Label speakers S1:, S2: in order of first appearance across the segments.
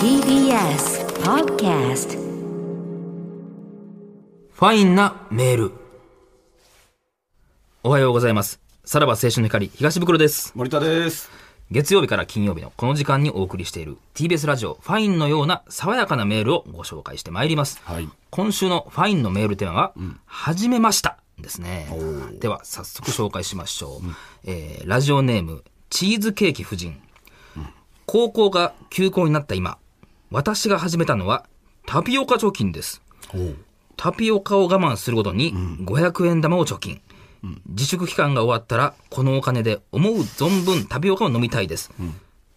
S1: TBS Podcast
S2: ファインなメール。おはようございます。さらば青春の光、東袋です。
S3: 森田です。
S2: 月曜日から金曜日のこの時間にお送りしている TBS ラジオファインのような爽やかなメールをご紹介してまいります。
S3: はい
S2: 今週のファインのメールテーマは、はじめましたですね。では早速紹介しましょう。えーラジオネーム、チーズケーキ夫人。高校が休校になった今、私が始めたのはタピオカ貯金です。タピオカを我慢するごとに500円玉を貯金。自粛期間が終わったら、このお金で思う存分タピオカを飲みたいです。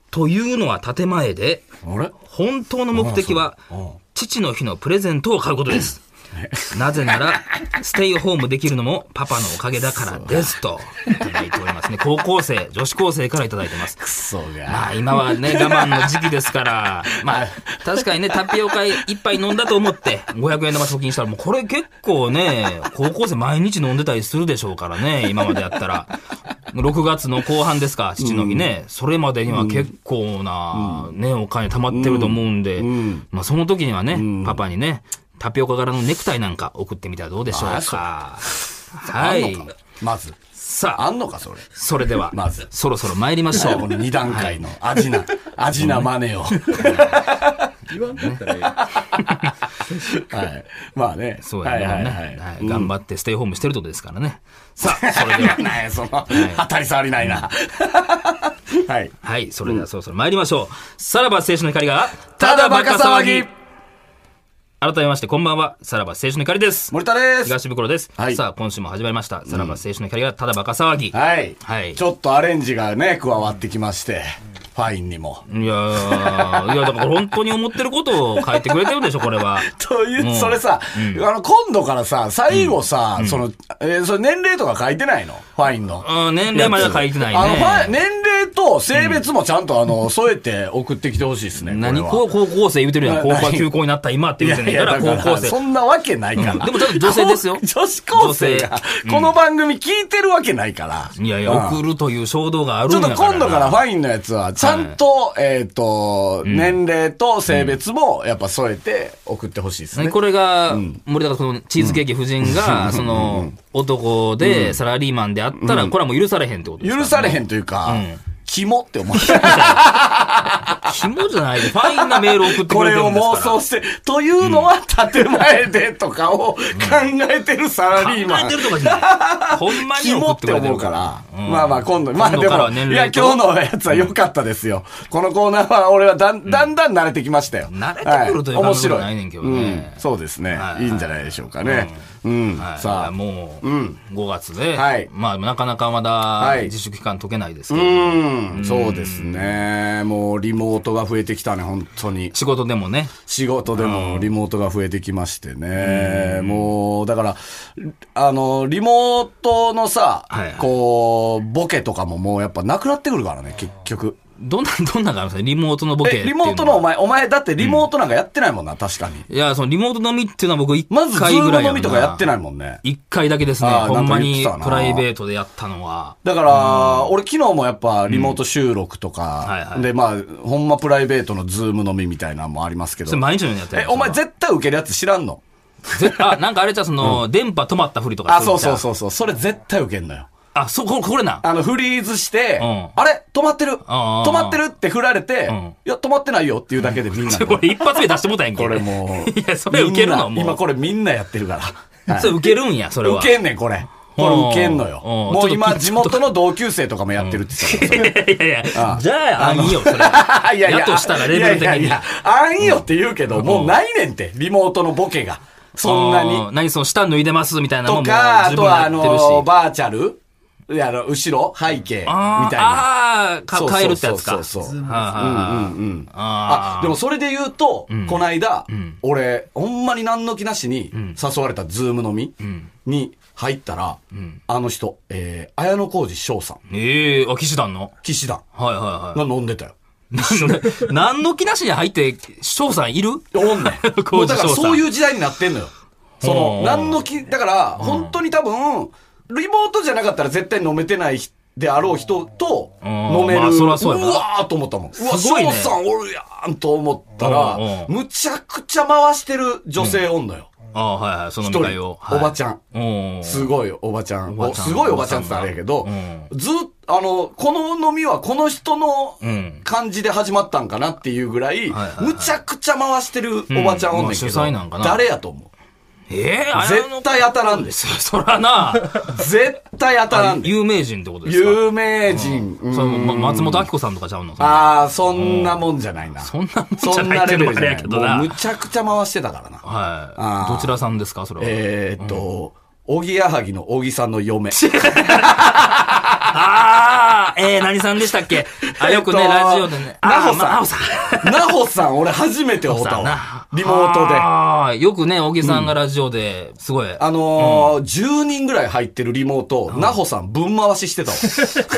S2: というのは建前で、
S3: あれ
S2: 本当の目的は
S3: ああそうああ、
S2: 父の日のプレゼントを買うことです。 なぜなら、ステイホームできるのもパパのおかげだからですと、いただいておりますね。高校生、女子高生からいただいてます。
S3: そう
S2: まあ今は ね、我慢の時期ですから、まあ確かにね、タピオカ一杯飲んだと思って、500円玉貯金したら、もうこれ結構ね、高校生毎日飲んでたりするでしょうからね、今までやったら。6月の後半ですか、父の日ね、それまでには結構な、ね、お金貯まってると思うんで、まあその時にはね、パパにね、タピオカ柄のネクタイなんか送ってみたらどうでしょう
S3: あそう
S2: か。は
S3: あん
S2: い
S3: の。かまず。
S2: さ
S3: あ
S2: あ、
S3: んのか、それ。
S2: それでは
S3: まず、
S2: そろそろ参りましょう。
S3: この二段階の味な、味な真似を。
S4: 言わんかったらええ
S3: はい。まあね。
S2: そうやね。は
S3: はいはいい
S2: は
S3: はいい。
S2: 頑張ってステイホームしてるってことですからね。さあ、それでは。
S3: うん。なんや、 その、当たり障りないな。はい。
S2: はい、それではそろそろ参りましょう。さらば青春の光が、
S3: ただバカ騒ぎ
S2: 改めまして、こんばんは。さらば青春の光です。
S3: 森田です。
S2: 東袋です。
S3: はい
S2: さあ、今週も始まりました。さらば青春の光が、ただバカ騒ぎ。
S3: はい。
S2: はい
S3: ちょっとアレンジがね、加わってきまして、ファインにも。
S2: いやー、いや、だから本当に思ってることを書いてくれてるでしょ、これは。
S3: という、
S2: うん
S3: それさ、あの、今度からさ、最後さ、その、えーそれ年齢とか書いてないのファインの。
S2: うん、年齢までは書いてない
S3: あのファイ
S2: ね。
S3: 年齢と性別もちゃんと、あの、添えて送ってきてほしいですね。
S2: 何
S3: これは
S2: 高高校生言うてるやん。高校が休校になった今って
S3: い
S2: 言う
S3: や
S2: てん
S3: い
S2: ねん
S3: や、
S2: から、
S3: だから
S2: 高校生
S3: そ。んなわけないから。
S2: でもちゃんと女性ですよ
S3: 女子高生が
S2: 女、
S3: この番組聞いてるわけないから。
S2: いやいうや、
S3: ん
S2: 送るという衝動があるん
S3: ちょ
S2: や
S3: っ
S2: か
S3: と
S2: らな。
S3: 今度からファインのやつは、ちゃんと、えっと、年齢と性別も、やっぱ添えて送ってほしいですね。
S2: これが、森高そのチーズケーキ夫人が、その、男でサラリーマンであったら、これはもう許されへんってことですか
S3: 許されへんというか
S2: ん、
S3: キモって思う。
S2: 肝じゃないで、ファインなメール送って
S3: こ
S2: くれて
S3: れ
S2: る
S3: を
S2: んです
S3: 妄
S2: から。
S3: 想して、というのは建前でとかを考えてるサラリーマン。
S2: 考えてるとかじゃない。ほんまに
S3: キ
S2: 送
S3: モ
S2: っ
S3: ってて
S2: くれて
S3: 思
S2: る
S3: う
S2: か。
S3: からら。まあまあ今度、まあ
S2: 今
S3: で
S2: 度から
S3: も
S2: は、
S3: い
S2: 年
S3: や
S2: 齢と
S3: 今日のやつは良かったですよ。このコーナーは俺はだんだんだん慣れてきましたよ。
S2: 慣れてくるという
S3: は
S2: 感
S3: 面
S2: じでも
S3: 白
S2: ないねんけどね
S3: うんそうですね
S2: はいは。い
S3: いいんじゃないでしょうかね。うん
S2: は。い
S3: さあ。
S2: もう、5月で
S3: はい、
S2: まあ、なかなかまだ
S3: は、い
S2: 自粛期間解けないですけど、
S3: うん、そうですね。もうリモートが増えてきたね、本当に。
S2: 仕事でもね、
S3: 仕事でもリモートが増えてきましてね。もう、だから、あの、リモートのさ
S2: はいはい、
S3: こう、ボケとかももうやっぱなくなってくるからね、結局。
S2: どんな、 どんなのがあるんですかリモートのボケってい
S3: え、
S2: う
S3: リ
S2: は
S3: モートのお前、お前だってリモートなんかやってないもんな、確かに。
S2: いや、そのリモート飲みっていうのは僕1
S3: まず、ズ
S2: 回ぐ
S3: ー
S2: らい
S3: ム飲みとかやってないいもんね。
S2: 一回だけですね。
S3: ああ
S2: ほんまに
S3: なんか言ってたな
S2: プライベートでやったのは。
S3: だから、俺昨日もやっぱリモート収録と
S2: はいは
S3: か
S2: い、
S3: で、まあ、ほんまプライベートのズーム飲みみたいなのもありますけど
S2: それ。毎日のようにやってる
S3: え、お前絶対受けるやつ知らんの
S2: ぜあ、なんかあれじゃうその、電波止まったふりとか
S3: あ、そうそう
S2: う。
S3: そうそう。それ絶対受けんのよ。
S2: あ、そう、ここれな。
S3: あの、フリーズして、
S2: うん
S3: あれ止まってる
S2: ああ
S3: 止まってるって振られて、
S2: ん
S3: いや、止まってないよっていうだけでみ んな。
S2: これ一発目出してもうたやんけ。
S3: これもう。
S2: いや、それ受けるの
S3: みんな今
S2: も
S3: これみんなやってるから。
S2: う。それ受けるんや、それは。
S3: 受けんねん、これ。これ受けんのよ。
S2: うんうん
S3: もう
S2: ちょっ
S3: 今、
S2: と
S3: 地元の同級生とかもやってるって言ってたから。
S2: いやいやいや、じゃあ、あんいいよ、それ。
S3: いやいや。
S2: やとしたらレベル的に
S3: いやいやいやあんよって言うけど、もうないねんって、リモートのボケが。 そんな
S2: あー
S3: に。
S2: 何その、舌脱いでますみたいなもん
S3: と
S2: も
S3: か、あ
S2: 十
S3: と
S2: 分
S3: は、
S2: や
S3: あ
S2: ってる
S3: の、
S2: し。
S3: バーチャルいや、あの、後ろ、背景、みたい
S2: あー
S3: な。
S2: あー、か変えるってやつか。
S3: そうそうそうそう
S2: はいはいはい
S3: あ
S2: あ、
S3: でもそれで言うと、こないだ、俺、ほんまに何の気なしに誘われたズーム飲みに入ったら、あの人、えー、綾小路翔さん、
S2: ー。ええ、あ、騎士団の。
S3: 騎士団
S2: はいはいはい。
S3: が飲んでたよ。
S2: 何の、何の気なしに入って、翔さんい る。
S3: おんねん。もうだからそういうう時代になってんのよ。そ
S2: ほう
S3: の、何の気、だから、本当に多分、リモートじゃなかったら絶対飲めてない人であろう人と
S2: ん
S3: 飲める、
S2: まあそらそうやな
S3: わーと思ったもんうわ
S2: すごいね
S3: 翔さんおるやんと思ったら
S2: うん
S3: むちゃくちゃ回してる女性おんのよ
S2: ああ、はいはい、その
S3: 一
S2: 飲み会
S3: 人
S2: を
S3: お。
S2: はい
S3: ばちゃん
S2: おー
S3: すごいおばちゃん。
S2: おばちゃん
S3: おすごいおばちゃんって言ったらあれやけど、
S2: う
S3: ずっあの、この飲みはこの人の
S2: うん
S3: 感じで始まったんかなっていうぐらい、
S2: はいはい
S3: むちゃくちゃ回してるおばちゃんお
S2: うんま
S3: んねんけ
S2: あ主
S3: ど、
S2: 催なんかな
S3: 誰やと思う
S2: えー、あれ
S3: 絶対当たらんです。
S2: そ そら な、
S3: 絶対当たらんで
S2: 有名人ってことですか
S3: 有名人。
S2: それもま
S3: うん
S2: 松本明子さんとかちゃうの
S3: ああ、そんなもんじゃないな。
S2: そんなもんじゃないっていうのもあれやけどな
S3: もうむちゃくちゃ回してたからな。
S2: は
S3: あ
S2: い。
S3: ー
S2: どちらさんですかそれは。
S3: えーっと、おぎやはぎのおぎさんの嫁。
S2: ああえー、何さんでしたっ けあ、よくね、
S3: えっと
S2: ラジオでね。
S3: なほ
S2: あーまあなほ
S3: さん。
S2: さん。
S3: なほさん、俺初めて会うたわ
S2: な。
S3: リモートで。あ
S2: ああよくね、小木さんがラジオで、すごい。
S3: のー10人ぐらい入ってるリモート、なほさん、分回し してたわ。
S2: すご いんや。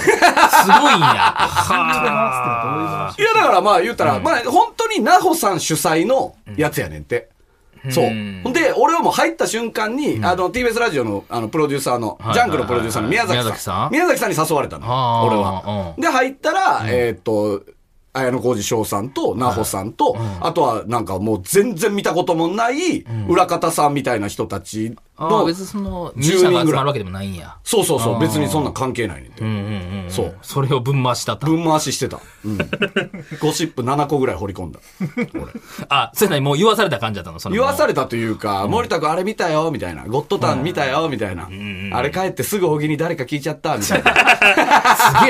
S2: はあ
S3: いや、だからまあ言ったら、まあ本当になほさん主催のやつやねんって。そう。ほんで、俺はもう入った瞬間に、あの、TBS ラジオの、あの、プロデューサーの、
S2: い
S3: ジャンクのプロデューサーの宮崎
S2: 宮崎さ
S3: さ
S2: ん
S3: ん。宮崎さんに誘われたの。
S2: あー
S3: 俺は。
S2: う
S3: で、入ったら、えーっと、綾小路翔さんと、なほさんと、あとはなんかもう全然見たこともない、裏方さんみたいな人たち
S2: あー
S3: の、
S2: 別にその、ミュージシャンが集まるわけでもないんや。
S3: そうそうそう、別にそんなん関係ないねんて。
S2: うんうんうん。
S3: そう。
S2: それを分回したった。
S3: 分回ししてた。うん。ゴシップ7個ぐらい掘り込んだ。
S2: あ、それなにもう言わされた感じだったのそれ
S3: 言
S2: も
S3: わされたというか、森田君あれ見たよ、みたいな。ゴッドタン見たよ、みたいな。あれ帰ってすぐ小木に誰か聞いちゃった、みたい な。
S2: すげえ、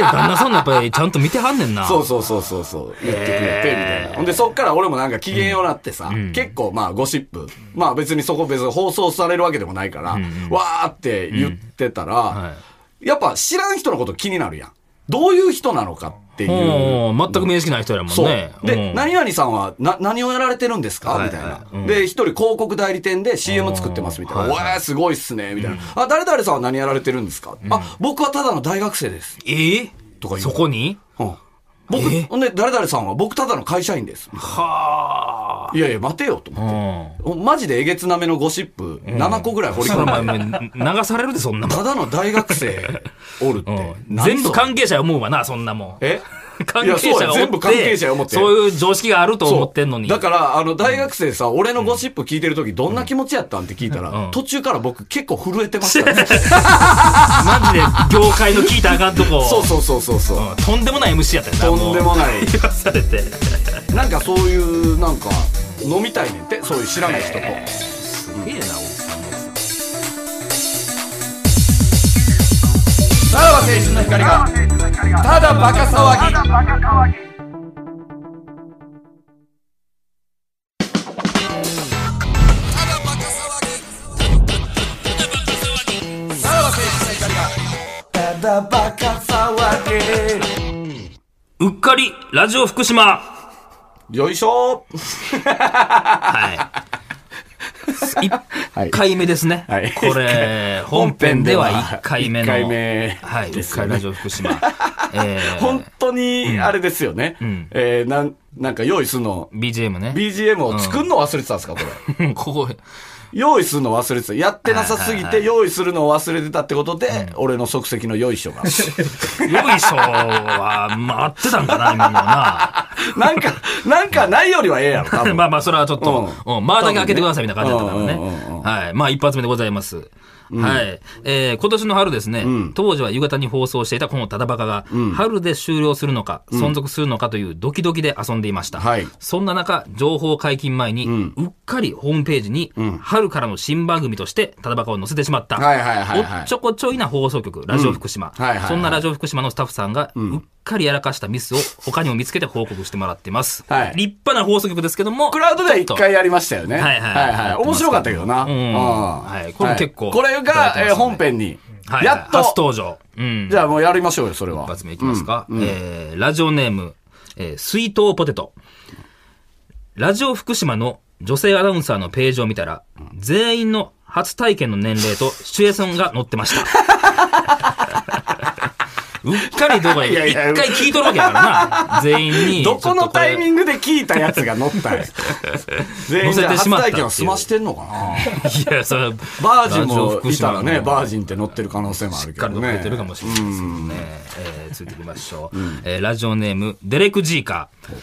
S2: 旦那さんのやっぱりちゃんと見てはんねんな。
S3: そうそうそうそうそう。言ってくれて、みたいな。ほんで、そっから俺もなんか機嫌をなってさ、結構まあゴシップ。まあ別にそこ別に放送されるわけでもないから、わーって言ってた
S2: は
S3: ら、やっぱ知らん人のこと気になるやん。どういう人なのかっていう。
S2: おー全く面識ない人やもん
S3: そう
S2: ね。。
S3: で、
S2: うん
S3: 何々さんはな何をやられてるんですか
S2: はい
S3: みたいな
S2: はいうん。
S3: で、一人広告代理店で CM 作ってますみたいな。
S2: は
S3: わ
S2: いはい
S3: ー、すごいっすね。みたいな。あ、誰々さんは何やられてるんですかあ、僕はただの大学生です。
S2: えー
S3: とか言う
S2: そこに
S3: うん僕
S2: え、
S3: ほんで、誰々さんは僕ただの会社員です。
S2: はあ。
S3: いやいや、待てよ、と
S2: う
S3: 思って。
S2: ん。
S3: おマジでえげつなめのゴシップ7個ぐらい掘り
S2: それ
S3: 込
S2: お
S3: んで、
S2: 前流されるで、そん なもん。
S3: ただの大学生おる っ
S2: う
S3: て
S2: ん。
S3: 何それ
S2: 全部関係者や思うわな、そんなもん。
S3: え
S2: 関
S3: いや
S2: 係
S3: そう
S2: 者
S3: や
S2: が
S3: 全
S2: お
S3: 部
S2: っ
S3: 関係者
S2: て
S3: や思って
S2: そういう常識があると思ってんのに。
S3: そうだから、あの、大学生さ、俺のゴシップ聞いてる時どんな気持ちやったんって聞いたら、途中から僕結構震えてました
S2: マ
S3: ね。
S2: ジで業界の聞いたらあかんとこ。
S3: そうそうそうそうそう。
S2: うんとんでもない MC やったよな。
S3: とんでも
S2: い。
S3: ない。
S2: 言わ されて。
S3: なんかそういう、なんか、飲みたいねんって、そういう知らない人と。
S2: すげえな、おじさんのやつ。
S3: さらば青春の光が、ただバカ騒ぎ。
S2: うっかり、ラジオ福島。
S3: よいしょ
S2: はい。
S3: は
S2: 1
S3: い
S2: 回目ですね。
S3: はい
S2: こ れ、本編では1回目の。
S3: 一回目
S2: はい。
S3: で
S2: 1
S3: すよ
S2: 回
S3: ね
S2: ラジオ福 島。えー
S3: 本当に、あれですよね。
S2: ん
S3: えーなん、なんか用意するの、
S2: BGM ね。
S3: BGM を作るの忘れてたんですか、これ。
S2: うんここ、
S3: 用意するの忘れてた。やってなさす
S2: は
S3: ぎ
S2: いはい
S3: て
S2: はい
S3: 用意するのを忘れてたってことで、俺の即席のよいしょが。
S2: よいしょは、まあ、合ってたんかな、今のは
S3: なんか、なんかないよりはええやろ、多
S2: な。
S3: 分。
S2: まあまあ、それはちょっと、うん、まあだけ開けてくださいみたいな感じだった
S3: う
S2: か
S3: んう
S2: らね。
S3: ん
S2: はい。まあ、一発目でございます。はい。えー今年の春ですね、当時は夕方に放送していたこのタダバカが、春で終了するのか、存続するのかというドキドキで遊んでいました。
S3: はい
S2: そんな中、情報解禁前に、うっかりホームページに、春からの新番組としてタダバカを載せてしまった。
S3: はいはいはいはい
S2: おっちょこちょいな放送局、ラジオ福島。
S3: うんはいはいはい
S2: そんなラジオ福島のスタッフさんが、うっかりやらかしたミスを他にも見つけて報告してもらってます。
S3: はい
S2: 立派な放送局ですけども。
S3: クラウドでは一回やりましたよね。
S2: はいはい
S3: 面白かったけどな。
S2: うんはいこれも結構
S3: これ
S2: いただい
S3: が、
S2: てますんで
S3: えー本編に。
S2: はい
S3: やっ
S2: 初
S3: と。
S2: 登場。うん。
S3: じゃあもうやりましょうよ、それは。
S2: 一発目いきますか。えーラジオネーム、えー水筒ポテト。ラジオ福島の女性アナウンサーのページを見たら、全員の 初体験の年齢とシチュエーションが載ってました。うっかりどこか
S3: いや
S2: で、
S3: い
S2: 一
S3: や
S2: 回聞いとるわけやからな。全員に。
S3: どこのタイミ
S2: グ
S3: ングで聞いたやつが乗 ったんや全員
S2: 乗せてし
S3: 初
S2: まったっていう
S3: 体験を済ましてんのかない
S2: や、それは
S3: バージンもいたらね、バー
S2: ジン
S3: ジンって乗ってる可能性もある
S2: し
S3: け
S2: っか
S3: ど
S2: り
S3: ね。
S2: とくれてるかもしれないですけどね。えー、続いていきましょう。えーラジオネーム、デレク・ジーカー。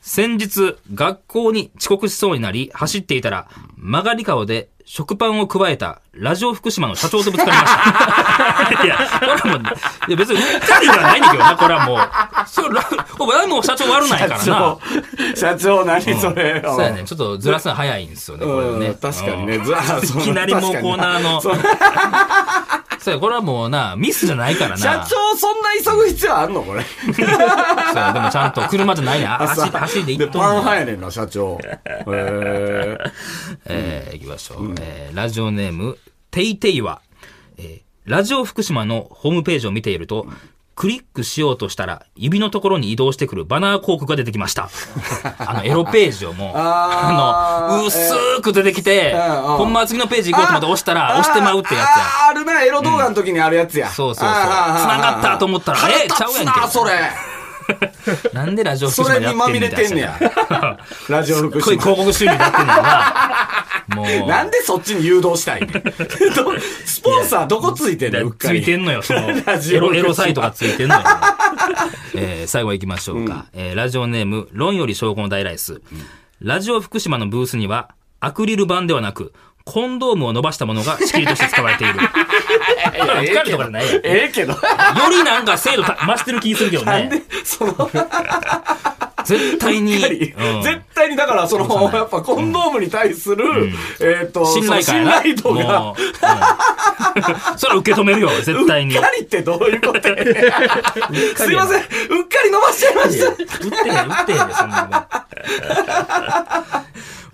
S2: 先日、学校に遅刻しそうになり、走っていたら、曲がり顔で食パンを加えた、ラジオ福島の社長とぶつかりま した。いや、これはもう、いや別にうっかりではないんだけどな、これはもう。それ、ラお前もう社長悪ないからな。
S3: 社長、社長何それ。
S2: そうやね。ちょっとずらすの早いんですよね、これは
S3: う
S2: ね。
S3: ん、確かに
S2: う
S3: ね。
S2: ん
S3: ずらそ
S2: い
S3: の
S2: きなりもう
S3: 確かに
S2: コーナーの。
S3: そう
S2: そうや、これはもうな、ミスじゃないからな。
S3: 社長、そんな急ぐ必要あんの これ。
S2: そうや、でもちゃんと車じゃないね。あ走
S3: 朝
S2: り、走りで行っとん
S3: パン
S2: ねん
S3: 派やねんな、社 長。へえ。
S2: えー、行きましょう。えー、ラジオネーム、ていていは、えー、ラジオ福島のホームページを見ていると、クリックしようとしたら、指のところに移動してくるバナー広告が出てきま した。あの、エロページをもう、
S3: あー
S2: あの、薄く出てきて、
S3: えーうんうん
S2: ほんまは次のページ行こうと思って押したら、
S3: あ
S2: 押してまうってやつや。
S3: あーあるな、エロ動画の時にあるやつや。
S2: そうそうそう。
S3: あ
S2: 繋
S3: ー
S2: がったと思ったら、えー、ちゃうやん
S3: あーあーあー腹立つな、
S2: け。
S3: そ れ。
S2: なんでラジオ福
S3: そ
S2: 島
S3: れ
S2: でや
S3: に
S2: っ
S3: ま
S2: てん
S3: み
S2: ねんみ
S3: れ
S2: た
S3: て
S2: い
S3: んね
S2: な
S3: や。。 ラジオ
S2: すっ
S3: 福
S2: ごい
S3: 島。
S2: 広告収入になってんねんな。もう。
S3: なんでそっちに誘導した いねんどスポンサーどこついてん
S2: だ
S3: の
S2: からつ
S3: うっかり。
S2: いてんのよ、その、
S3: ラジ
S2: エ
S3: オ
S2: ロ、エロサイトがついてん のよ。えー最後行きましょうか。えーラジオネーム、論より証拠の大ライス。ラジオ福島のブースには、アクリル板ではなく、コンドームを伸ばしたものが仕切りとして使われて いる。
S3: ええ
S2: 疲
S3: けど
S2: れとかじゃないよ。よ
S3: ええけど。
S2: りなんか精度た増してる気するけど
S3: なんで
S2: ね。、
S3: その、
S2: 絶対に。
S3: 絶
S2: うん
S3: 対にだから、その、やっぱコンドームに対する、えっと、
S2: 信頼
S3: そ
S2: 感
S3: の
S2: や
S3: 信
S2: な
S3: 頼度
S2: も
S3: が、
S2: ううんそれは受け止めるよ、絶対に。
S3: うっかりってどういうこ とやねんすいません、うっかり伸ばしちゃいまし
S2: 打ってへん、打ってへんで、そんなもん。
S3: た。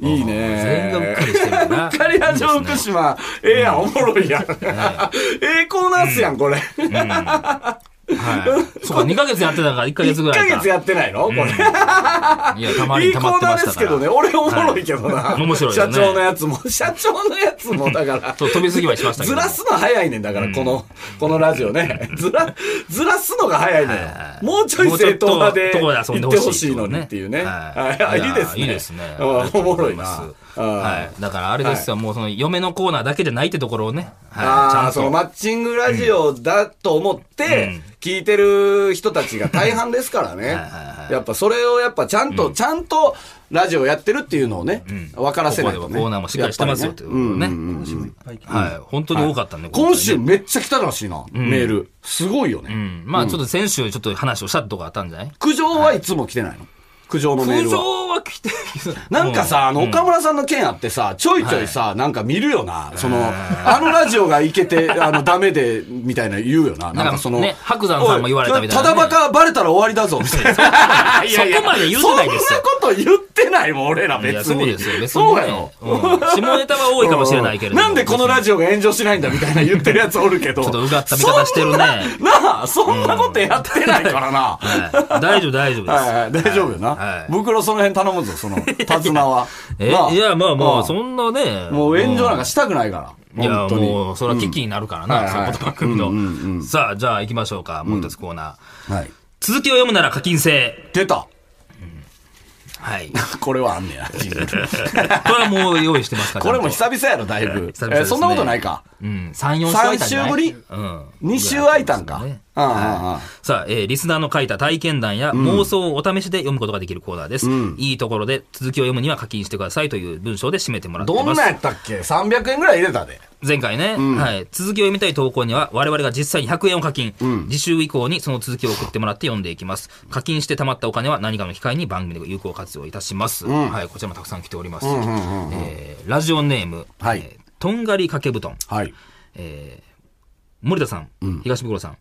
S3: いいね。
S2: 全然うっかりしてるよな。う
S3: カリラジョ福島、ええやん、おもろいやん。ええコーナーっすやん、これ。
S2: はい。そうか、2ヶ月やってたから、1ヶ月
S3: 1
S2: ぐら
S3: ヶ
S2: いか。
S3: 月やってないのこれ。
S2: いや、たまに
S3: いい
S2: 溜
S3: コ
S2: まっ
S3: ー
S2: て
S3: ナ
S2: ま
S3: ー
S2: し
S3: で
S2: た
S3: す
S2: か
S3: け
S2: ら。
S3: どね。俺おもろいけどな。
S2: い面白いよ
S3: 社
S2: ね
S3: 長のやつも、 社長のやつも、だから。
S2: そう、飛びすぎはしましたけ
S3: ず
S2: ど。
S3: らすの早いねんだから、この、このラジオね。ずら、ずらすのが早いのよ。もうちょい正当派で
S2: もうちょ
S3: 行
S2: っととこで遊ん
S3: っ
S2: で
S3: て
S2: ほ
S3: ほ
S2: しい
S3: しいのにっていうね。はいあいいですね。
S2: いいですね。
S3: あおもろいな。
S2: は。
S3: はい
S2: だからあれですよ、もうその嫁のコーナーだけじゃないってところをね。はい。ち
S3: あ
S2: ゃ
S3: あ、
S2: ん
S3: その
S2: と。
S3: マッチングラジオだと思って、聞いてる人たちが大半ですからね。やっぱそれをやっぱちゃんと、ちゃんとラジオやってるっていうのをね、分からせない
S2: ことこで
S3: ね。
S2: はコーナーもしっかりしてますよっていうことをね。はい。本当に多かったんで、今回ね
S3: 今週めっちゃ来たらしいな、メール。すごいよ
S2: う
S3: ね。
S2: んまあちょっと先週ちょっと話をしたとこあったんじゃない
S3: 苦情はいつも来てないの苦情のメー
S2: 苦
S3: ルは。
S2: 情は来てるけど
S3: なんかさ、あの、岡村さんの件あってさ、ちょいちょいさ、なんか見るよな。その、あのラジオがいけて、あの、ダメで、みたいな言うよな。なんかその、
S2: ね白山さんも言われたみたいなね
S3: おただバカバレたら終わりだぞ、みたい な。
S2: そこまで言うてないですよ
S3: そんなこと言ってないもん、俺ら
S2: いや
S3: 別
S2: そう
S3: に。
S2: ですよ、別にね。
S3: そうやろ。
S2: うん下ネタは多いかもしれないけれども。
S3: なんでこのラジオが炎上しないんだみたいな言ってるやつおるけど。
S2: ちょっとうがった見方してるね
S3: そんななあ、そんなことやってないからな。
S2: はい 大丈夫、大丈夫です。
S3: はいはい、大丈夫よ
S2: は
S3: な。
S2: い
S3: 袋その辺頼むぞ、 その、手綱は。
S2: え
S3: なあ
S2: いや、まあまあ、そ
S3: ん
S2: んなね。
S3: もう炎上なんかしたくないから。
S2: いや
S3: 本当に。
S2: もう、それは危機になるから
S3: うん
S2: な、
S3: はい
S2: そ
S3: はい
S2: のことばっかりの。さあ、じゃあ行きましょうか。もう一つコーナー。
S3: はい。
S2: 続きを読むなら課金制。
S3: 出た。
S2: はい。
S3: これはあ んねや。
S2: これはもう用意してますから。
S3: これも
S2: ちゃん
S3: 久々やろ、だいぶ。
S2: 久々ですね
S3: えそんなことないか。
S2: とうん、3、4週空いたんじゃない
S3: 三週ぶり
S2: うん。
S3: 2週空いたんか。
S2: そうですね
S3: うんうんうん
S2: さあ、えーリスナーの書いた体験談や妄想をお試しで読むことができるコーナーです。いいところで続きを読むには課金してくださいという文章で締めてもらってます。
S3: どんなんやったっけ ?300 円ぐらい入れたで。
S2: 前回ね、はい、続きを読みたい投稿には我々が実際に100円を課金、次週以降にその続きを送ってもらって読んでいきます課金して貯まったお金は何かの機会に番組で有効活用いたします、はい、こちらもたくさん来ております、えーラジオネーム、
S3: はい
S2: えーとんがり掛け布団
S3: はい。
S2: 森田さん、東袋さん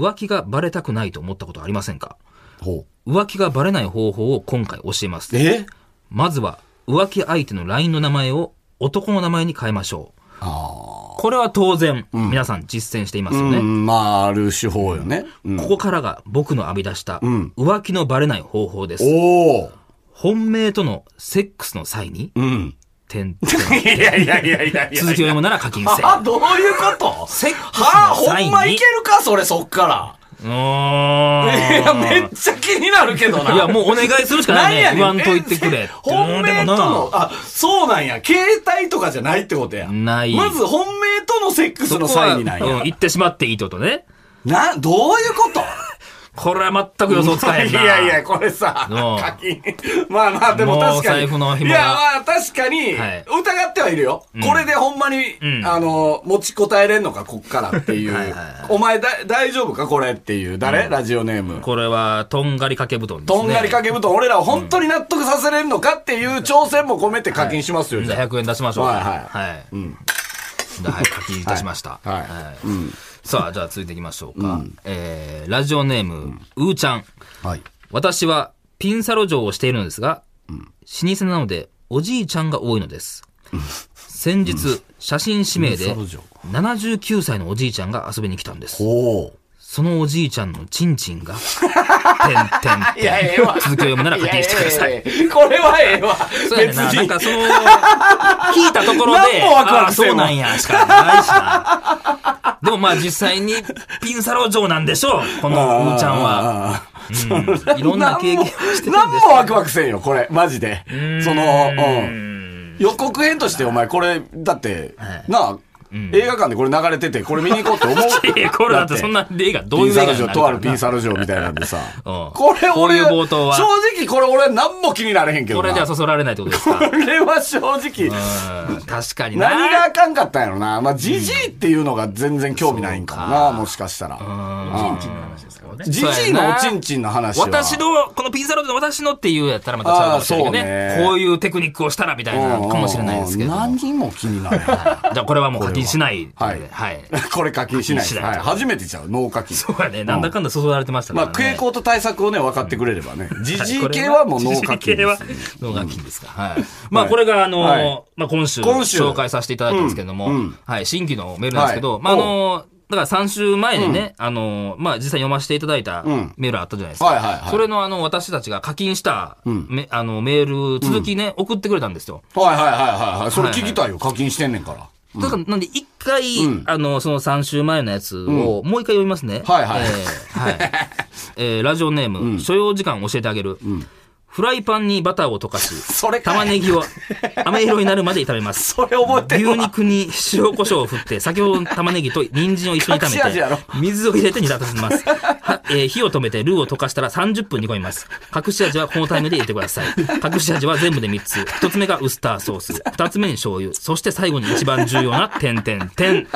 S2: 浮気がバレたくないと思ったことありませんか
S3: ほ
S2: 浮気がバレない方法を今回教えます
S3: え
S2: まずは浮気相手の LINE の名前を男の名前に変えましょう
S3: あ
S2: これは当然、皆さん実践していますよ
S3: あ。
S2: ね。
S3: うん、まあ、ある手法よね。うん
S2: ここからが僕の編み出した浮気のバレない方法です。
S3: おお。
S2: 本命とのセックスの際に、
S3: うん。
S2: 点
S3: いやいやいやいやい
S2: 続きを 読むなら課金制。
S3: あ、どういうこと
S2: セックスの際に
S3: はあ、ほんまいけるかそれ、そっから。
S2: うーん
S3: いや、めっちゃ気になるけどな。
S2: いや、もうお願いするしかないね。
S3: ん
S2: 言わんと言ってくれ
S3: え。本命との、あ、そうなんや。携帯とかじゃないってことや。
S2: ない
S3: まず本命とのセックスの際になん
S2: そこはうん
S3: や。
S2: 言ってしまっていいってことね。
S3: な、どういうこと
S2: これは全く予想つかへん
S3: い
S2: な。
S3: やいや、これさ、
S2: うん
S3: 課金。まあまあ、でも確かに。
S2: もう財布の紐が
S3: いや、まあ確かに、
S2: はい
S3: 疑ってはいるよ。これでほんまに、
S2: ん
S3: あの、持ちこたえれんのか、こっからっていう。
S2: はいはいはい
S3: お前だ、大丈夫かこれっていう。誰、ラジオネーム。
S2: これは、とんがり掛け布団ですね。
S3: とんがり掛け布団、俺らを本当に納得させれるのかっていう挑戦も込めて課金しますよ、
S2: じ
S3: じ
S2: ゃ
S3: ゃ
S2: あ100円出しましょう。
S3: はいはい
S2: はい。
S3: ん
S2: じゃあ、はい、課金いたしました。
S3: はいはいうん
S2: さあ、じゃあ続いていきましょうか。えー、ラジオネーム、うーちゃん。
S3: あ。はい。
S2: 私はピンサロ嬢をしているのですが、老舗なのでおじいちゃんが多いのです。先日、写真指名
S3: ピ
S2: で
S3: ンサロ嬢
S2: 79歳のおじいちゃんが遊びに来たんです。
S3: おー
S2: そのおじいちゃんのチンチン が、てんてん
S3: いや、え
S2: て
S3: えわ
S2: ん。。続きを読むなら課金してください。
S3: いや。いやいや これはええわ。
S2: そうやね
S3: 別
S2: んな。なん
S3: に。
S2: かその、聞いたところで、
S3: 何もワクワ
S2: ああ、
S3: クせん
S2: そう
S3: わ
S2: なんや、しかないしな。でもまあ実際にピンサロ嬢なんでしょう、このうーちゃんは。
S3: あ
S2: うんいろんな経験をしてるんです
S3: 何もワクワクせんよ、これ。マジで。その、うん。予告編として、お前、これ、だって、なあ、映画館でこれ流れてて、これ見に行こうって思 う。
S2: いやこれだってそんな映画、どういう映画になるか
S3: ピンサロ嬢
S2: な
S3: とあるピンサロ嬢みたいなんでさ。
S2: うん
S3: これ
S2: こうい
S3: 俺、
S2: う冒頭は
S3: 正直これ俺何も気になれへんけど
S2: こ
S3: な。
S2: れではそそられないってことですか
S3: これは正直、
S2: うん確かにな
S3: 何があかんかったんやろな。まあ、じじいっていうのが全然興味ないんかもな、もしかしたら。
S4: おちんちんの話ですからね。
S3: じじいのおちんちんの話は。
S2: 私の、このピンサロードの私のっていうやったらまた違うかもしれないけど
S3: あー
S2: ね
S3: そうね
S2: こういうテクニックをしたらみたいなのかもしれないですけれども。
S3: うんうんうん何も気にならへん。
S2: じゃあこれはもう課金しないということで。
S3: は
S2: はい。
S3: これ課金しないです。
S2: 課金しない
S3: はい、初めてちゃう、脳課金。
S2: そうやね、なんだかんだそそられてましたか
S3: ま
S2: ら
S3: あ、
S2: ね。
S3: 傾向と対策をね、分かってくれればね。じ
S2: はい
S3: じ
S2: こ
S3: い
S2: れ
S3: 系はもう脳
S2: 時
S3: 課
S2: 事
S3: 金
S2: 系は
S3: です。
S2: 脳課金ですか。はい。まあ、これが、あのー
S3: はい
S2: まあ、今週、
S3: 今週
S2: 紹介させていただいたんですけども、
S3: うんうん
S2: はい、新規のメールなんですけど、
S3: はい
S2: まあ、あのーだから3週前にね、あのーまあ、実際読ませていただいた
S3: ん
S2: メールあったじゃないですか。
S3: はいはいはい。
S2: それのあの、私たちが課金した、
S3: ん
S2: めあの、メール、続きね、送ってくれたんですよ。
S3: はいはいはいはい。それ聞きたいよ、課金してんねんから。
S2: だから、なんで、一回、あの、その3週前のやつを、もう一回読みますね。
S3: はいはい
S2: えー はい。えーラジオネーム、所要時間教えてあげる。フライパンにバターを溶かし、
S3: それかい
S2: 玉ね ぎを飴色になるまで炒めます。
S3: それ覚えて
S2: 牛
S3: るわ。
S2: 肉に塩コショウを振って、先ほどの玉ねぎと人参を一緒に
S3: 隠
S2: 炒
S3: し味や
S2: め
S3: ろ
S2: て、水を入れて煮立たせます。はえー火を止めてルーを溶かしたら30分煮込みます。隠し味はこのタイムで入れてください。隠し味は全部で3つ。1つ目がウスターソース、2つ目に醤油、そして最後に一番重要な点点点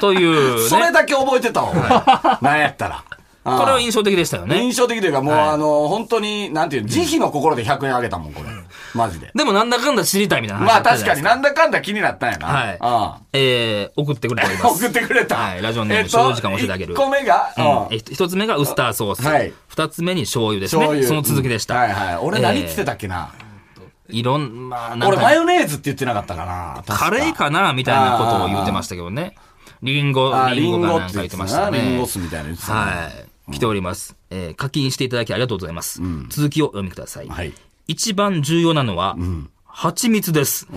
S2: という
S3: それ
S2: ね。
S3: だけ覚えてたわ。なんやったら。ああ
S2: これは印象的でしたよ
S3: 印
S2: ね。
S3: 象的というか、もう、
S2: はい
S3: あの、本当に、なんていうの、慈悲の心で100円あげたもん、これ。マジで。
S2: でもなんだかんだ知りたいみたいな
S3: ま
S2: 話だ
S3: あ
S2: った
S3: 確
S2: じゃ
S3: か
S2: いで
S3: に
S2: す
S3: なんだかんだ気になったんやな。
S2: はい
S3: あ
S2: えー送ってくれており
S3: あ
S2: ます。
S3: 送ってくれた。
S2: はいラジオネーム
S3: えっ
S2: 所要
S3: と
S2: 時間教えてあげる
S3: 1個目が、うん
S2: え一つ目がウスターソース。
S3: はい
S2: 二つ目に醤油です
S3: 醤
S2: ね。
S3: 油。
S2: その続きでした。
S3: うんはいはい。俺何っつって
S2: た、
S3: たっけな。
S2: いろん、まあ、なん
S3: 俺
S2: か
S3: マ、ヨネーズって言ってなかったかな。確
S2: カ
S3: か
S2: レーかなみたいなことを言ってましたけどね。リンゴ
S3: あ、ー
S2: リンゴ
S3: リン
S2: が
S3: ゴ
S2: な
S3: っ
S2: ん
S3: て
S2: か言っ
S3: 言ってて
S2: ま
S3: ま
S2: し
S3: したた
S2: ね。
S3: ねリンゴ酢みたいなの言ってたね
S2: はい。来ております。えー課金していただきありがとうございます。続きをお読みください。
S3: はい
S2: 一番重要なのは、蜂蜜 です。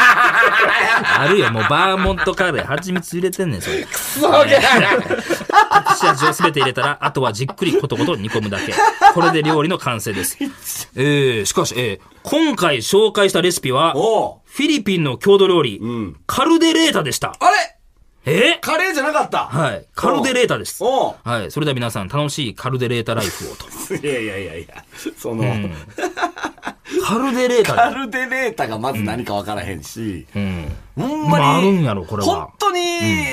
S2: あるよ、もうバーモントカレー、蜂蜜入れてんねん、それ。
S3: そうじゃない
S2: 隠し味をすべて入れたら、あとはじっくりことこと煮込むだけ。これで料理の完成です。えー、しかし、えー、今回紹介したレシピは、
S3: おう
S2: フィリピンの郷土料理、
S3: ん
S2: カルデレータでした。
S3: あれ
S2: え
S3: カレーじゃなかった。
S2: はい。カルデレータです。
S3: おう
S2: はい。それでは皆さん、楽しいカルデレータライフをと。
S3: いやいやいやいや、その、
S2: カルデレー
S3: カ
S2: タ。
S3: ルデレータがまず何か分からへんし、
S2: うん。
S3: ほん
S2: まあ
S3: ま
S2: あるん
S3: に、
S2: やろこれは
S3: 本当に、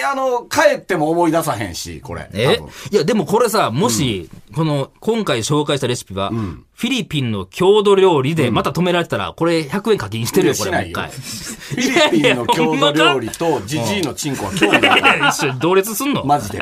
S3: あの、帰っても思い出さへんし、これ。
S2: え
S3: 多分
S2: いや、でもこれさ、もし、この、今回紹介したレシピは、フィリピンの郷土料理で、また止められてたら、これ100円課金してるよ、
S3: いや
S2: これ、も
S3: しな
S2: う一
S3: いよ
S2: 回。
S3: フィリピンの郷土料理とジジイのチンコは興味ない。
S2: いや一緒に同列す んの
S3: マジで。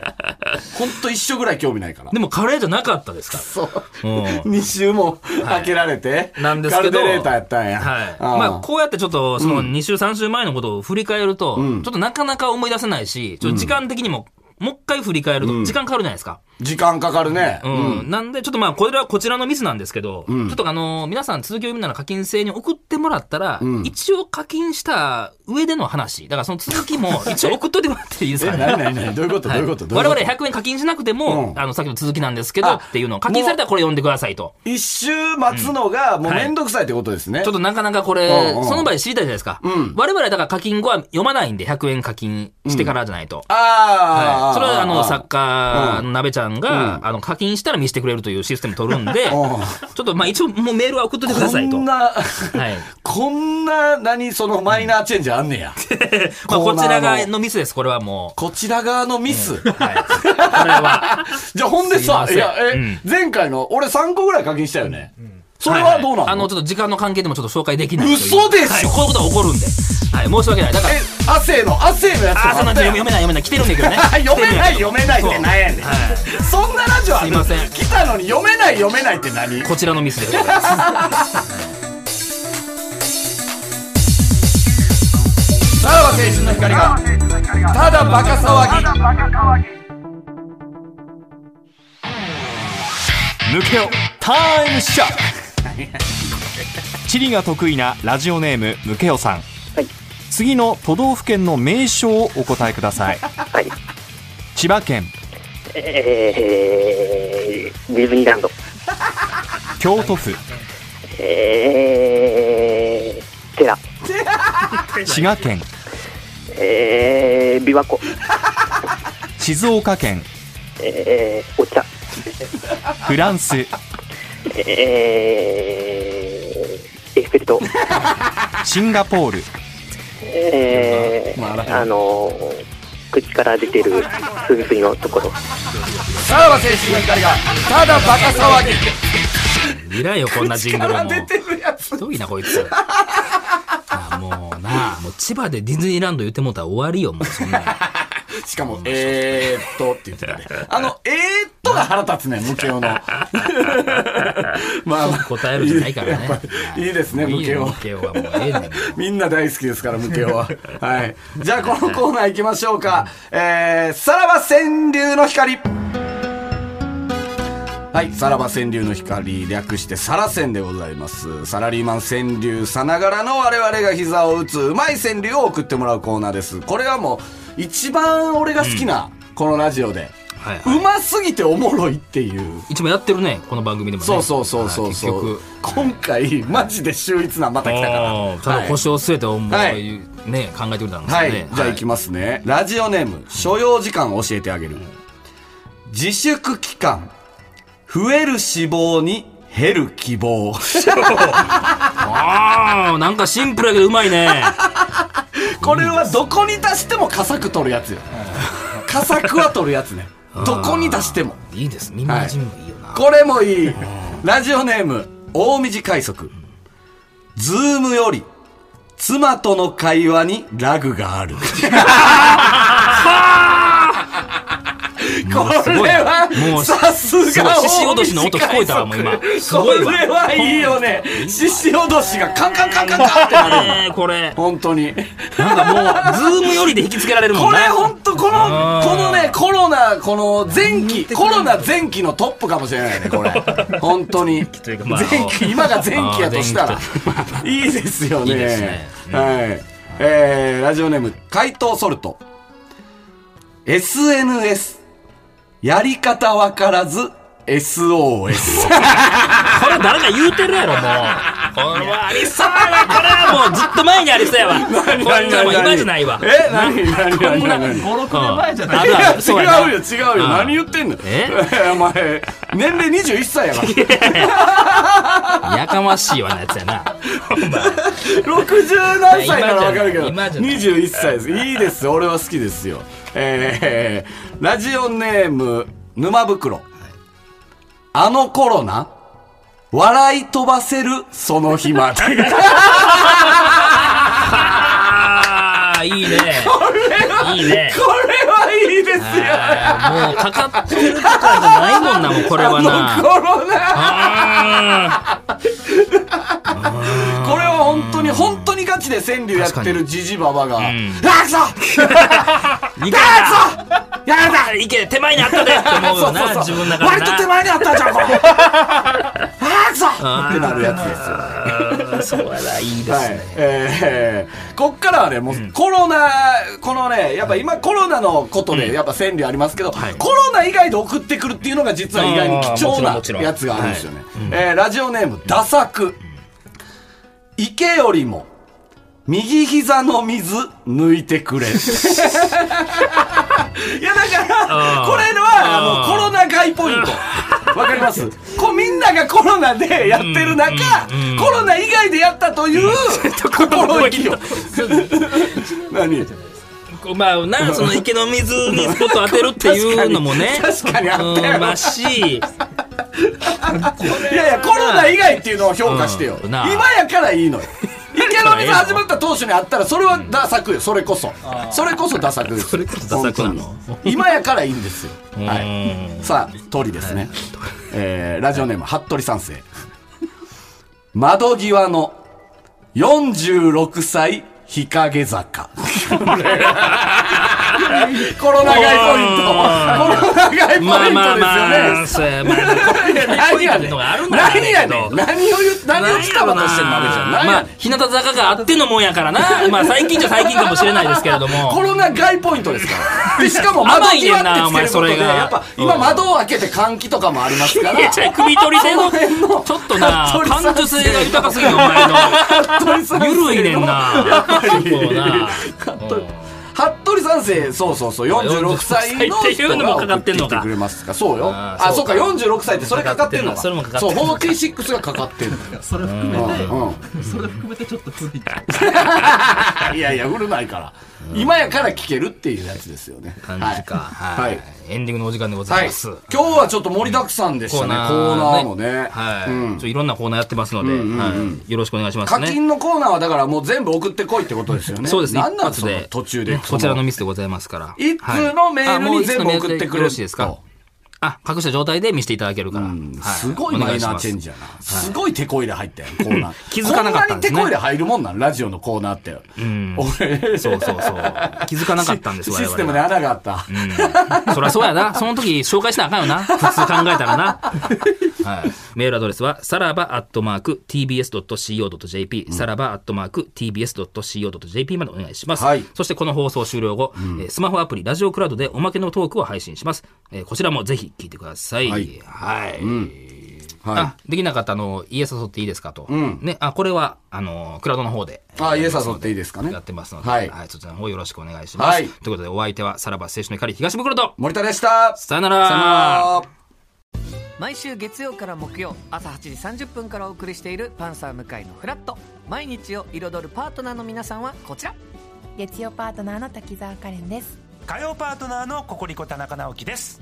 S3: ほんと一緒ぐらい興味ないから。
S2: でもカレーじゃなかったですから。
S3: そう。
S2: う
S3: 2週も開けられて、
S2: なんですけど。
S3: カルデレーターやったんや。
S2: はい。
S3: ああ
S2: まあ、こうやってちょっと、その2週、3週前のことを振り返ると、ちょっとなかなか思い出せないし、ちょっと時間的にも、もう一回振り返ると、時間かかるじゃないですか。
S3: 時間かかるね。
S2: うんなんで、ちょっとまあ、これはこちらのミスなんですけど、ちょっとあのー皆さん続きを読みなら課金制に送ってもらったら、一応課金した上での話、だからその続きも一 応送っといてもらっていいですか
S3: え、
S2: ね。
S3: なになになにどういうことどういうことどういう
S2: 我
S3: こと
S2: 々100円課金しなくても、
S3: うん
S2: あの、さっきの続きなんですけど
S3: あ
S2: っていうのを課金されたらこれ読んでくださいと。
S3: 一周待つのがもうめんどくさいってことですね。
S2: ちょっとなかなかこれ、
S3: うんうん
S2: その場で知りたいじゃないですか。我々だから課金後は読まないんで、100円課金してからじゃないと。
S3: あ
S2: は
S3: あ。
S2: い、それはあの作
S3: さ
S2: 家の鍋ちゃんが、あの課金したら見せてくれるというシステム取るんで、ちょっとまあ一応もうメールは送っててくださいと。
S3: こんな、
S2: はい。
S3: こんな、何、そのマイナーチェンジあん ねや。
S2: まあ
S3: コー
S2: こ
S3: ナーの
S2: ちら側のミスです、これはも
S3: こちら側のミス。
S2: う。 はい。これは。
S3: じゃあほんです
S2: いま
S3: さ、
S2: せん
S3: いや、
S2: う
S3: え
S2: ん、
S3: 前回の、俺3個ぐらい課金したよね。それはどう
S2: いい
S3: な
S2: あの、
S3: の
S2: ちょっと時間の関係でもちょっと紹介できないという。
S3: 嘘でしょ
S2: はい、こういうことが起こるんで。はい、申し訳ない。だから
S3: え、、汗の、汗のやつ
S2: あー、そんなん
S3: もっ
S2: じ
S3: た
S2: ゃ
S3: よ。
S2: 読めない読めない。来てるんだけどね
S3: 読
S2: 来
S3: めない
S2: てる
S3: 読
S2: んだけど
S3: めないってなんやねん。
S2: はい。
S3: そんなラジオある
S2: すいません
S3: 来たのに読めない読めないって何
S2: こちらのミスでございます。
S3: さらば青春の光が、ただバカ騒ぎ。
S5: 抜けよタイムショック地理が得意なラジオネーム抜けよさん、次の都道府県の名称をお答えください、
S6: はい
S5: 千葉県
S6: えー、ディズニーランド。
S5: 京都府
S6: えー、テラ。
S5: 滋賀県
S6: えー、琵琶湖。
S5: 静岡県
S6: えー、お茶。
S5: フランス
S6: えー、エッフェル塔。
S5: シンガポール
S6: えー、あのー、口から出てるスリスリのところ。
S3: さらば青春の光がただバカ騒ぎ
S2: いらんよ、こんなジングルも。
S3: 出てるやつ
S2: ひどいな、こいつ。あもうなあ、もう千葉でディズニーランド言ってもうたら終わりよ、もうそんな。
S3: しかも「えー、っと」って言ってたねあの「えー、っと」が腹立つね 無形のまあまあ
S2: 答えるじゃないからね
S3: やっぱりいいですね
S2: もうい
S3: 無
S2: い
S3: 形
S2: よ
S3: は
S2: 無形はもうええねん。
S3: みんな大好きですから無形ははいじゃあこのコーナー行きましょうかえー、さらば川柳の光はい。さらば川柳の光、略してサラ川でございます。サラリーマン川柳さながらの我々が膝を打つうまい川柳を送ってもらうコーナーです。これはもう、一番俺が好きな、このラジオで。
S2: はいはいう
S3: ますぎておもろいっていう。
S2: いつもやってるね、この番組でもね。
S3: そうそうそうそうそ。
S2: はいう
S3: 今回、マジで秀逸なまた
S2: 結局。
S3: 来たから。
S2: おーちゃんと腰を据えて、もう、
S3: はい
S2: ね、考えてくれたんですよ
S3: は
S2: ね。
S3: い。じゃあ行きますね。ラジオネーム、所要時間を教えてあげる。自粛期間、増える死亡に減る希望。
S2: ああ、なんかシンプルやけどうまいね。
S3: これはどこに出しても佳作取るやつよ。 佳作は取るやつね。どこに出しても。
S2: いいです。耳馴染みもいいよな。
S3: これもいい。ラジオネーム、大道快速。ズームより、妻との会話にラグがある。こ
S2: すごい
S3: れは
S2: も、う
S3: さす
S2: すご
S3: が
S2: い獅子落としの音聞こえたわもう今す
S3: こ
S2: ごいわ
S3: れはいいよね。獅子落としがカンカンカンカンカンってなる。
S2: えーこれ。
S3: 本当に。
S2: なんかもう、ズームよりで引きつけられるも
S3: こ
S2: んね。
S3: れ本当この
S2: あー
S3: このねコロナこの前期コロナ前期のトップかもしれないねこれ本当に
S2: というかまあ
S3: 前期今が前期やとした
S2: あ
S3: ら いいですよ
S2: いいですね
S3: ねはいえーラジオネーム怪盗ソルト SNS やり方わからず SOS
S2: これ誰か言うてるやろ、もう。これはありそうやな、これはもうずっと前にありそうやわ。こんなんもう今じゃないわ。
S3: え何何
S2: こ
S3: 何
S2: んな
S3: 何何
S2: 5、6年前じゃないい
S3: や
S2: や、そうやな
S3: 違うよ違うよ
S2: ああ
S3: 何言ってんの
S2: え
S3: お前年齢21歳やから
S2: やかましいわなやつやな。
S3: 60何歳ならわかるけど
S2: 今じゃない今じ
S3: 21歳 ですいいです俺は好きですよえー、ラジオネーム沼袋、あの頃な笑い飛ばせるその日ま で
S2: ああ、いいね。いいね。
S3: これはいいですよ
S2: あーもうかかってるとかじゃないもんな、もうこれは
S3: あの
S2: な。
S3: 頃な
S2: あ
S3: これは本当に本当にガチ で川柳やってるじじばばが「あくそ
S2: ー二回だやだいけ手前にあったでって思うよな自分の中で
S3: 割
S2: な
S3: と手前にあったじゃん かあーくそってなるやつですよ
S2: うんそうやないいです
S3: はい
S2: ね、
S3: えー、こっからはね、もうコロナ、このね、やっぱ今コロナのことで、やっぱ川柳ありますけど、
S2: はい
S3: コロナ以外で送ってくるっていうのが実は意外に貴
S2: あ
S3: 重
S2: ーもちろ
S3: なん
S2: もちろん
S3: やつがあるんですよね。えー、ラジオネーム、ダサク。池よりも、右膝の水抜いて くれ。いやだから、
S2: あー
S3: これはあ
S2: あ
S3: の
S2: ー
S3: コロナ外ポイント。わかりますこうみんながコロナでやってる中、
S2: うんうん
S3: コロナ以外でやったという 心意気 を。何
S2: こうまあなその池の水にスポット当てるっていうのもね
S3: 確かに確かにあったよ
S2: うんまあし
S3: いやいや、コロナ以外っていうのを評価してよ。
S2: うん
S3: 今
S2: なあ
S3: やからいいの よ。池の水始まった当初にあったら、それはダサくよ、それこそ。それこそダサくですよ。
S2: それこそダサくなの
S3: 本当に今やからいいんですよ。は
S2: う
S3: い。
S2: ん
S3: さあ、鳥ですね。えーラジオネーム、服部三世。窓際の46歳日 陰坂。コロナ外ポイント。コロナ外ポイントですよね。
S2: まあまあまあそうやまあ
S3: いや何やねん。
S2: のがあるんだから
S3: 何やねん。
S2: だ
S3: 何
S2: け
S3: を
S2: ど
S3: 言う、何を伝たまとしてんのあれじゃん。何
S2: ま
S3: や
S2: あ
S3: ねん。
S2: 日向坂があってのもんやから なまあ最近じゃ最近かもしれないですけれども
S3: コロナ外ポイントで すから。で、しかも窓際ってつけ
S2: 甘いね
S3: る
S2: んなお前
S3: こと
S2: そ
S3: で、
S2: れが
S3: やっぱ今窓を開けて換気とかもありますから。
S2: いやちょ首取り性のちょっとな
S3: 服部
S2: 感
S3: 三世
S2: 受性が豊かすぎるお前のゆるいねんな
S3: やっぱり
S2: 結構な
S3: 服部三世、そうそうそう、46歳の
S2: 46歳ってい
S3: 人
S2: うのもかか
S3: が
S2: っ
S3: 送っ
S2: て
S3: て
S2: ん
S3: き
S2: の
S3: て
S2: か
S3: くれますか。そうよ。
S2: あー
S3: あ、そ
S2: そうう
S3: か、
S2: か
S3: 46歳ってそれかかってんのか。
S2: それもかかってんの
S3: そう、46がかかってんのよ。
S4: それ含めて、
S3: うん。
S4: それ含めてちょっと古い。
S3: いやいや、売るないから。今やから聞けるっていうやつですよね。
S2: 感じか
S3: は
S2: はいい。エンディングのお時間でござ
S3: はいい。
S2: ます
S3: 今日はちょっと盛りだくさんでしたね、コーナーもね。
S2: はい。ち
S3: う
S2: ょ
S3: ん
S2: っといろんなコーナーやってますので、はいよろしくお願いします
S3: 課
S2: ね。
S3: 金のコーナーはだからもう全部送ってこいってことですよね。
S2: そうですね。
S3: なん
S2: 一
S3: なんそ
S2: 発
S3: の
S2: で。
S3: 途中で。
S2: ねこちらのミスでございますから。
S3: 一通のメールに
S2: はいあもう一通のメ
S3: 全部送ってくれる
S2: ールでよろしいですか
S3: と。
S2: あ、隠した状態で見せていただけるから。
S3: うん
S2: は
S3: すごいマイナーチェンジ
S2: ャ
S3: やな。すごいテこ入れ 入ったやん、コーナー。
S2: 気づかなかった
S3: こんなんに
S2: で
S3: テ
S2: すね
S3: こ入れ入るもんなん、ラジオのコーナーって。
S2: ん
S3: 俺、
S2: そうそうそう。気づかなかったんです、
S3: シ
S2: 我々は
S3: システムで穴があった。
S2: うんそりゃそうやな。その時紹介しなあかんよな。普通考えたらな。はい、メールアドレスはさらばアットマーク tbs.co.jp、さらばアットマーク tbs.co.jp までお願いします、
S3: はい
S2: そしてこの放送終了後、えースマホアプリラジオクラウドでおまけのトークを配信します、えーこちらもぜひ聞いてください
S3: はい
S2: はい
S3: はい
S2: あできなかったあの家誘っていいですかと、
S3: ん
S2: ね、あこれはあのクラウドの方で
S3: あ家誘っていいですかね
S2: やってますので、
S3: はい
S2: そちらの方よろしくお願いします、
S3: はい
S2: ということでお相手はさらば青春の光東袋と
S3: 森田でした。
S2: さよなら
S3: さよなら。
S7: 毎週月曜から木曜朝8時30分からお送りしている「パンサー向井のフラット」毎日を彩るパートナーの皆さんはこちら
S8: 月曜パートナーの滝沢カレンです
S9: 火曜パートナーのココリコ田中直樹です